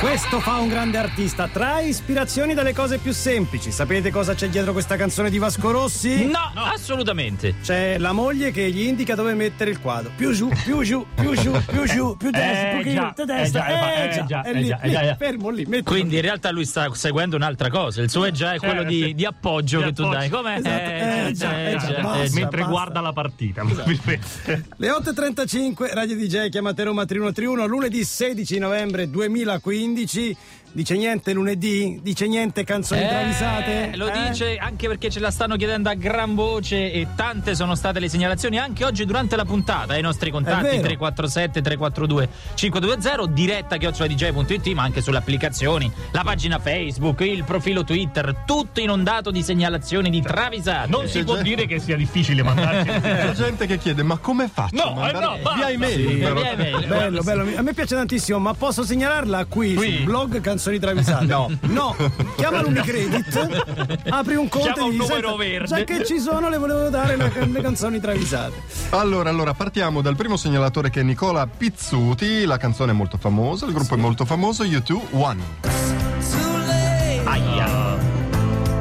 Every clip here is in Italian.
Questo fa un grande artista, trae ispirazioni dalle cose più semplici. Sapete cosa c'è dietro questa canzone di Vasco Rossi? No, assolutamente. C'è la moglie che gli indica dove mettere il quadro. Più giù, più giù, più giù, più giù, più destra, Eh, più già, più destra. eh, già, Eh, eh, già, già, è eh, lì, già, eh, lì, già, eh. fermo lì, mettilo. Quindi in realtà lui sta seguendo un'altra cosa. Il suo è già è quello Eh, di, sì. di appoggio Di che tu appoggio. dai. Com'è? Esatto. Eh, già, eh, già, basta. Esatto. mentre guarda la partita, probabilmente. Le 8.35, Radio DJ, chiamate Roma 3131, lunedì 16 novembre 2015. Dice niente lunedì? Dice niente canzoni Eh, travisate? lo Eh? dice anche perché ce la stanno chiedendo a gran voce e tante sono state le segnalazioni anche oggi durante la puntata ai nostri È contatti vero. 347 342 520 diretta chioccioladj.it ma anche sulle applicazioni la pagina Facebook il profilo Twitter tutto inondato di segnalazioni di travisate Non si può dire che sia difficile mandarci. C'è gente che chiede: ma come faccio? No, a eh mandare no, basta. via email. Eh, però. via email. Bello, bello, a me piace tantissimo, ma posso segnalarla qui, sul blog Canzoni Travisate? No. No, chiama l'Unicredit, apri un conto Chiama e un dici, numero "Senta, verde." Già che ci sono, le volevo dare le, le canzoni travisate. Allora, allora, partiamo dal primo segnalatore che è Nicola Pizzuti. La canzone è molto famosa, il gruppo è molto famoso. U2 One. aia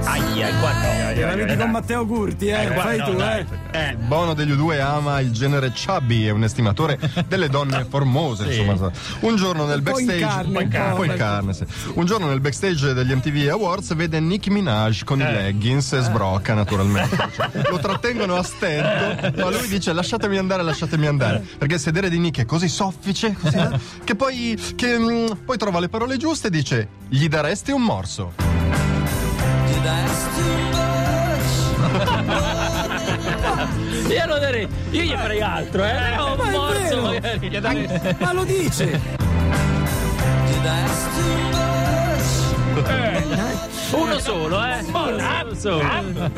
aia qua no. Te la vedi con Matteo Curti, eh, Qua fai no, tu, dai. eh. Eh, Bono degli U2 ama il genere chubby, è un estimatore delle donne formose. Insomma, un giorno nel po' in backstage, carne, un po' in carne, un po' in carne, sì. Un giorno nel backstage degli MTV Awards vede Nick Minaj con Eh. i leggings e sbrocca naturalmente. Cioè, Lo trattengono a stento, ma lui dice "Lasciatemi andare, lasciatemi andare", Eh. perché il sedere di Nick è così soffice, così, eh, che poi che, mm, poi trova le parole giuste e dice "Gli daresti un morso". Eh. io lo darei io gli farei altro eh però Ma un è morso vero. magari gli darei- eh. Ma lo dice! uno solo eh uno solo Bravo,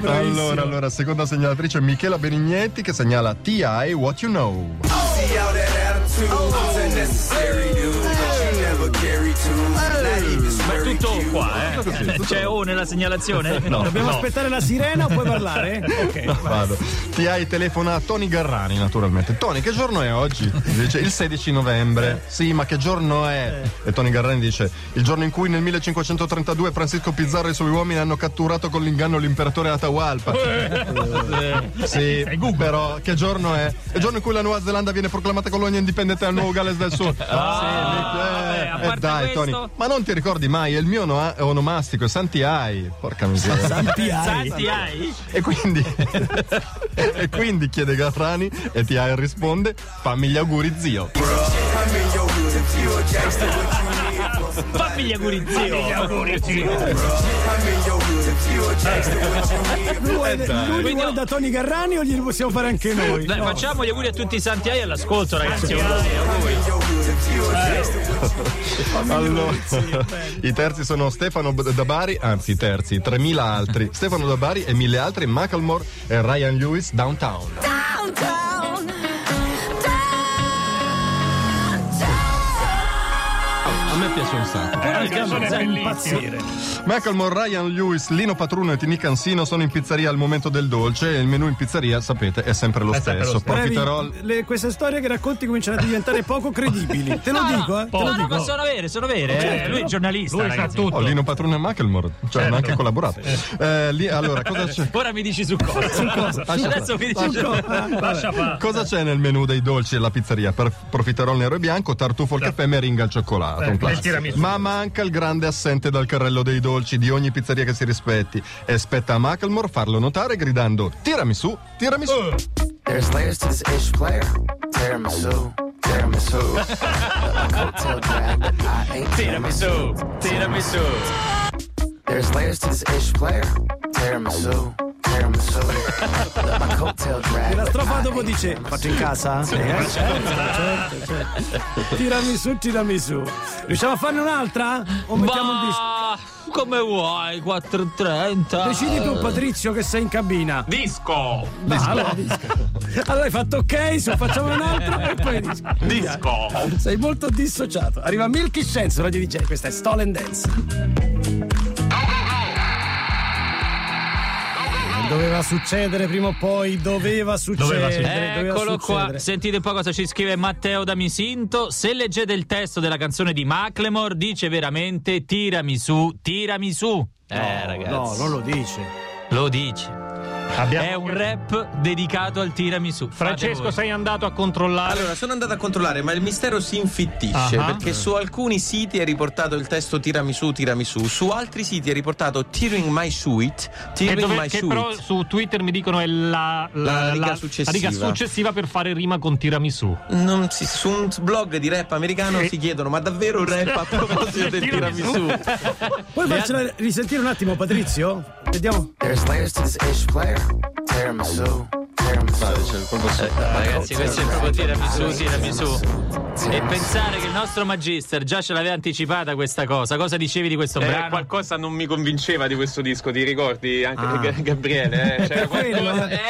bravissimo. Allora, allora, seconda segnalatrice Michela Benignetti che segnala TI What You Know. See how that attitude was unnecessary, dude. That you never carry two. Not even very tutto cute. qua, eh. C'è O nella segnalazione? No. Dobbiamo aspettare la sirena o puoi parlare? Ok. Vado. Ti hai telefona a Tony Garrani, naturalmente. Tony, che giorno è oggi? Dice il 16 novembre. Sì, ma che giorno è? E Tony Garrani dice: Il giorno in cui nel 1532 Francisco Pizarro e i suoi uomini hanno catturato con l'inganno l'imperatore Atahualpa. Eh. sì, però che giorno è? È il giorno in cui la Nuova Zelanda viene proclamata colonia indipendente dal Nuovo Galles del Sud. Ah, vabbè, a sì, Nick, Ah, eh, eh, parte dai, questo- Tony. Ma non ti ricordi mai, è il mio no- onomastico, è Santi Ai. Porca miseria. Santi hai? E quindi, e quindi chiede Garrani e T.I. risponde: Fammi gli auguri, zio. I'm in your hood if you a gangster, what you need, bro? Fammi gli auguri, Gli zio. auguri, zio. I'm in your hood if you a gangster, what you need, Lui Eh, vuole, lui li vuole da Tony Garrani o glieli possiamo fare anche noi? Dai, No. facciamo gli auguri a tutti i santi ai all'ascolto, ragazzi. Auguri. I'm in your hood if you a gangster, what you Allora, i terzi sono Stefano B- da Bari, anzi, i terzi, 3000 altri. Stefano da Bari e mille altri, Macklemore e Ryan Lewis, Downtown. Downtown, A me piace un sacco. Eh, la canzone è bellissima. Macklemore, Ryan Lewis, Lino Patruno e Tini Cansino sono in pizzeria al momento del dolce e il menù in pizzeria, sapete, è sempre lo sempre lo stesso. stesso. Previ, Profiterol. le- queste storie che racconti cominciano a diventare poco credibili. Te lo dico, eh. te lo No, no, dico. ma sono vere, sono vere. eh. Lui è giornalista. Lui sa ragazzi. tutto. Oh, Lino Patruno e Macklemore, cioè hanno anche collaborato. Eh, lì- allora, cosa c'è? Ora mi dici su cosa. Adesso mi dici su cosa. Lascia fare. Cosa c'è nel menù dei dolci della pizzeria? Per profiterol nero e bianco, tartufo al caffè, meringa al cioccolato. Eh, un il classico. tiramisù. Ma manca il grande assente dal carrello dei dolci di ogni pizzeria che si rispetti. E spetta a Macklemore farlo notare gridando: Tiramisù, tiramisù. There's layers to this ish player. Tiramisu, tiramisu. Like hotel drag, but I ain't Tirami tiramisu. su, tirami su. There's layers to this ish player. Tiramisu, tiramisu. Like hotel drag. La but strofa I dopo ain't dice: tiramisu. Faccio in casa? Eh, certo, certo, certo. Tirami su, tirami su. Riusciamo a farne un'altra? O mettiamo un disco? Ma come vuoi, 4.30. Decidi tu, Patrizio, che sei in cabina. Disco. No, allora, disco. Allora hai fatto ok, su, facciamo un'altra e poi disco. Disco. Sei molto dissociato. Arriva Milky Chance, Radio DJ, questa è Stolen Dance. Doveva succedere prima o poi, doveva succedere. succedere, doveva Eccolo qua, succedere. sentite un po' cosa ci scrive Matteo da Misinto. Se leggete il testo della canzone di Macklemore, dice veramente tirami su, tirami su. Eh, ragazzi, No, non lo dice. lo dice. Abbiamo- È un rap dedicato al tirami su. Fate Francesco, voi. sei andato a controllare. Allora, sono andato a controllare, ma il mistero si infittisce Ah. perché su alcuni siti è riportato il testo tiramisù, tiramisù, su altri siti è riportato tearing my sweet, Che, tearing dove- my che sweet. però su Twitter mi dicono è la, La riga la successiva. riga Ah! successiva per fare rima con tiramisù. Non si- su un blog di rap americano si chiedono ma davvero un rap a proposito del Tiramisù?" tiramisù? Puoi farcela risentire un attimo, Patrizio? Vediamo. There's layers to this ish player. Tiramisu, tiramisu. Ragazzi, questo è proprio tirami su, tirami su. E pensare che il nostro magister già ce l'aveva anticipata questa cosa. Cosa dicevi di questo Eh, brano? qualcosa non mi convinceva di questo disco, ti ricordi anche Ah. G- Gabriele? Eh? C'era Quello, eh.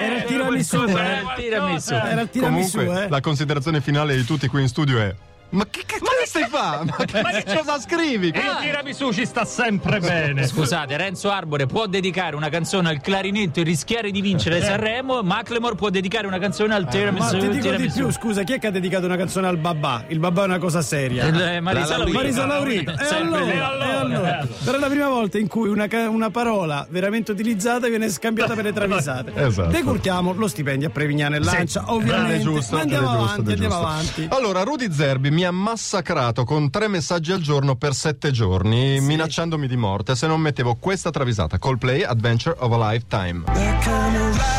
Era il tiramisù, eh. Era il tiramisù. Era il tiramisù, Comunque, eh. la considerazione finale di tutti qui in studio è: Ma che cazzo stai fa? Ma che Eh, cosa scrivi? E il tiramisù ci sta sempre bene. Scusate, Renzo Arbore può dedicare una canzone al clarinetto e rischiare di vincere Sanremo. Macklemore può dedicare una canzone al Ma tiramisù. ti dico di tiramisù. più, scusa, chi è che ha dedicato una canzone al babà? Il babà è una cosa seria. Eh, Marisa La Laurita. Marisa Laurita, e Sempre allora, lei. e allora? Per la prima volta in cui una, ca- una parola veramente utilizzata viene scambiata per le travisate. Esatto. Decurtiamo lo stipendio a Prevignano e Lancia, ovviamente. Ed è giusto, Ma ed è andiamo giusto, avanti, ed è andiamo giusto. avanti. Allora, Rudy Zerbi mi ha massacrato con tre messaggi al giorno per sette giorni, minacciandomi di morte se non mettevo questa travisata: Coldplay Adventure of a Lifetime.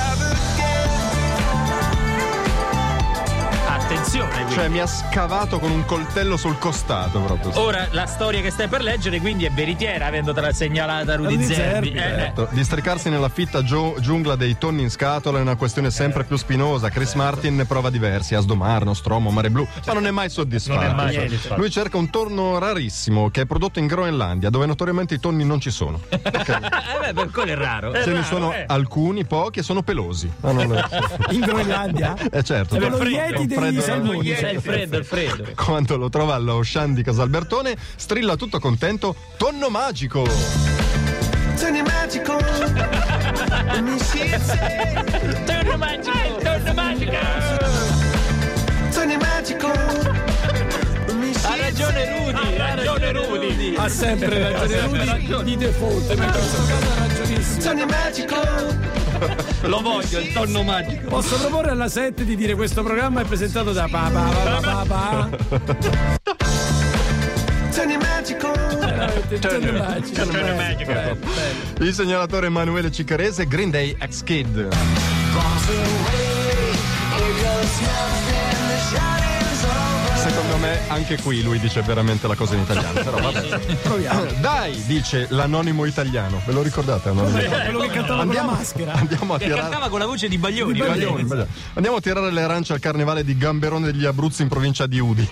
Attenzione, quindi. Cioè, mi ha scavato con un coltello sul costato proprio. Oh. Ora la storia che stai per leggere quindi è veritiera, avendo te la segnalata Rudy Rudy Zerbi. Zerbi, Eh, eh. Certo, Districarsi nella fitta gio- giungla dei tonni in scatola è una questione sempre più spinosa. Chris Martin ne prova diversi, Asdomar, Nostromo, Mare Blu, ma non è mai soddisfatto. Non è mai Cioè, soddisfatto. Lui cerca un torno rarissimo che è prodotto in Groenlandia, dove notoriamente i tonni non ci sono. Eh, beh, per quello è raro. Ce ne raro, sono eh. alcuni, pochi e sono pelosi. Ah, non lo- In Groenlandia? eh certo. Sono Con- lo con ieti degli freddo- salmoni. C'è il freddo, il freddo. Quando lo trova allo Shan di Casalbertone, strilla tutto contento: Tonno magico! Torno magico, torno magico. Ha ragione Rudy, ha ragione Rudy. Ha sempre ragione Rudy di default, ma in questo caso ha ragionissimo. Lo voglio, il tonno magico. Posso proporre alla 7 di dire questo programma è presentato da papà, papà, papà. Turn magico. Turn magico. Il segnalatore Emanuele Ciccarese, Green Day Ex Kid. Secondo me anche qui lui dice veramente la cosa in italiano, però vabbè. Proviamo. Dai, dice l'anonimo italiano. Ve lo ricordate? Anonimo? italiano? Quello che cantava con la maschera. Andiamo a Che tirare. cantava con la voce di Baglioni. Baglioni, Baglioni. Andiamo a tirare le arance al carnevale di Gamberone degli Abruzzi in provincia di Udi.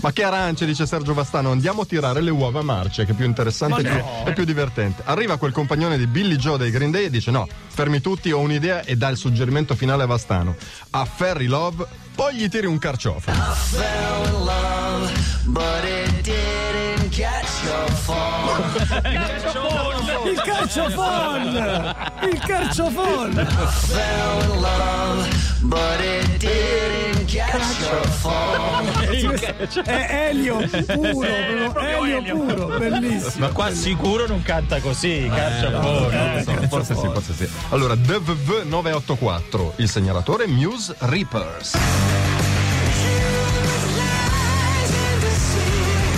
Ma che arance, dice Sergio Vastano. Andiamo a tirare le uova marce, che è più interessante e più, e più divertente. Arriva quel compagnone di Billy Joe dei Green Day e dice: No, fermi tutti, ho un'idea e dà il suggerimento finale a Vastano. A Ferry Love, poi gli tiri un carciofo. Il carciofon! Il carciofon! È Elio puro, proprio Elio puro, bellissimo. Ma qua sicuro non canta così, caccia Non so, Eh, forse sì, forse sì. Allora, DVV984, il segnalatore Muse Reapers.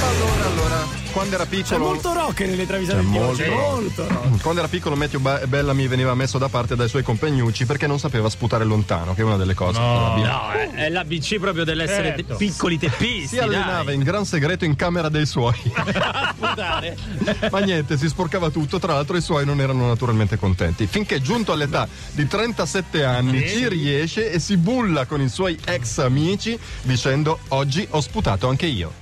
Allora, allora, quando era C'è piccolo... molto rock nelle travisate C'è di molto oggi. rock. Molto rock. Quando era piccolo Matthew Ba- Bellamy veniva messo da parte dai suoi compagnucci perché non sapeva sputare lontano, che è una delle cose. che la No, è, è l'ABC proprio dell'essere te- Certo. piccoli teppisti. si allenava in gran segreto in camera dei suoi. dai. Ma niente, si sporcava tutto, tra l'altro i suoi non erano naturalmente contenti. Finché giunto all'età di 37 anni ci riesce e si bulla con i suoi ex amici dicendo oggi ho sputato anche io.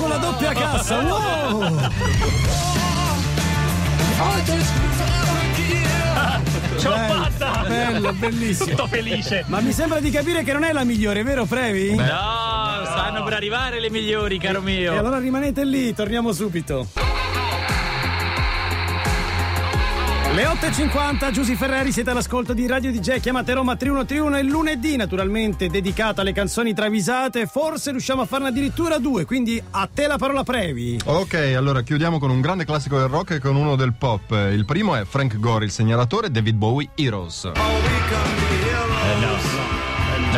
Con la doppia cassa, wow! Ce l'ho Bello, fatta! Bello, bellissimo. Tutto felice. Ma mi sembra di capire che non è la migliore, vero Previ? No, sta Stanno per arrivare le migliori, caro mio. E allora rimanete lì, torniamo subito. Le 8.50, Giusy Ferreri, siete all'ascolto di Radio DJ, chiamate Roma 3131 e lunedì naturalmente dedicato alle canzoni travisate, forse riusciamo a farne addirittura due, quindi a te la parola previ. Ok, allora chiudiamo con un grande classico del rock e con uno del pop. Il primo è Frank Gore, il segnalatore, David Bowie, Heroes. No,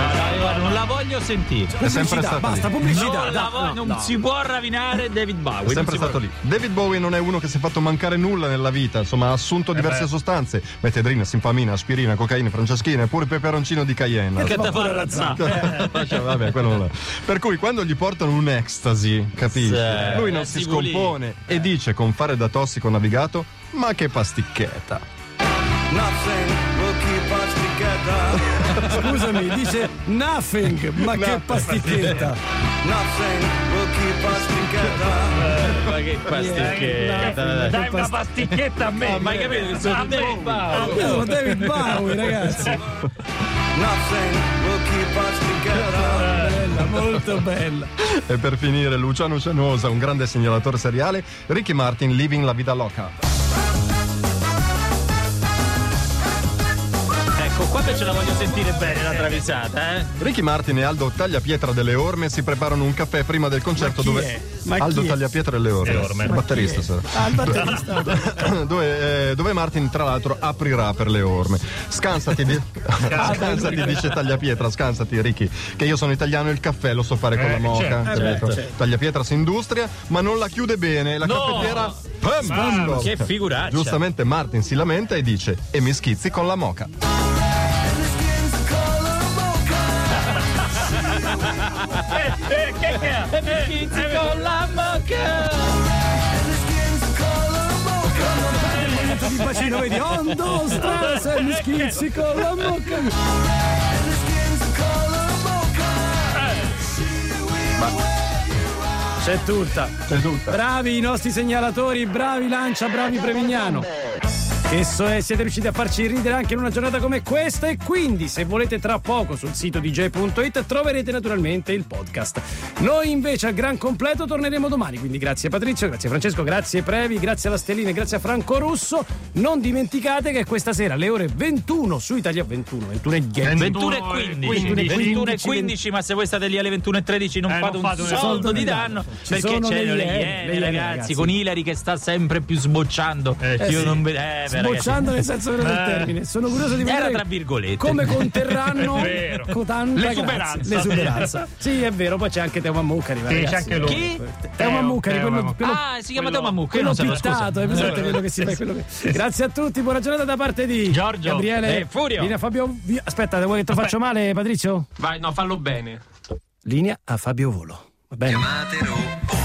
no, io non la voglio sentire. È sempre Pubblicità, stato basta, lì. pubblicità. Non, la dai, voglio- no, non no. si può rovinare David È Bowie. non sempre si può- stato lì. David Bowie non è uno che si è fatto mancare nulla nella vita, insomma ha assunto diverse beh. sostanze, metedrina, sinfamina, aspirina, cocaina, franceschina e pure peperoncino di Cayenne. Che te fa razzare? Cioè, vabbè, quello non è. Per cui quando gli portano un ecstasy, capisci? Sì. Lui non Eh, si si pulì. scompone e dice con fare da tossico navigato, ma che pasticchetta. Nothing will keep us together. Scusami, dice nothing, ma che pasticchetta. Nothing will keep us together. Ma che pasticchetta. Dai una pasticchetta a me. Ma hai capito che sono David Bowie? Io sono David Bowie, ragazzi. Nothing will keep us together. Bella, molto bella. E per finire Luciano Cianosa, un grande segnalatore seriale, Ricky Martin Living la Vida Loca. Ecco, qua invece la voglio sentire bene la travisata, eh. Ricky Martin e Aldo Tagliapietra delle Orme si preparano un caffè prima del concerto chi dove è? Ma Aldo chi è? Tagliapietra delle Orme, Le Orme. il Ma batterista sarà. Ah, il batterista. dove, eh, dove Martin tra l'altro aprirà per le orme. Scansati, di- scansati dice Tagliapietra, scansati Ricky, che io sono italiano e il caffè lo so fare con Eh, la moca. certo, capito? Tagliapietra si industria, ma non la chiude bene, la No! caffettiera pam, pam. Che figuraccia. Giustamente Martin si lamenta e dice e mi schizzi con la moca. E mi schizzi con la bocca. Ti bacino, vedi? Ondo, strasa, mi schizzi con la bocca. C'è tutta. Bravi i nostri segnalatori, bravi Lancia, bravi Prevignano. Che so è, siete riusciti a farci ridere anche in una giornata come questa e quindi se volete tra poco sul sito dj.it troverete naturalmente il podcast. Noi invece al gran completo torneremo domani, quindi grazie Patrizio, grazie Francesco, grazie Previ, grazie alla Stellina e grazie a Franco Russo. Non dimenticate che questa sera alle ore 21 su Italia 21, 21 e 21 e 15, 21 e 21 e 15, 15, ma se voi state lì alle 21 e 13 non Eh, fate non un fate un soldo soldo di di danno. danno Ci perché sono c'è le le iene, iene, le iene, ragazzi ragazzi. con Ilari che sta sempre più sbocciando Eh, io sì. non ve- eh, beh, ragazzi. Sbocciando nel senso vero del Eh. termine. Sono curioso di Era vedere tra virgolette. come conterranno È vero. cotanta L'esuberanza. grazia- l'esuberanza. sì, è vero, poi c'è anche Teo Mammucari. Sì, ragazzi. c'è anche lui. Chi? Teo Mammucari, Teo quello, Mammucari. quello, Eh, ah si chiama quello- Toma Mucca io quello non sapevo pittato, scusa Eh, è presente quello che si fa. quello che- Grazie a tutti, buona giornata da parte di Giorgio. Gabriele Eh, Furio. Linea Fabio. Vi- Aspetta, vuoi che te lo faccio male, Patrizio? Vai, no, fallo bene. Linea a Fabio Volo. Va bene.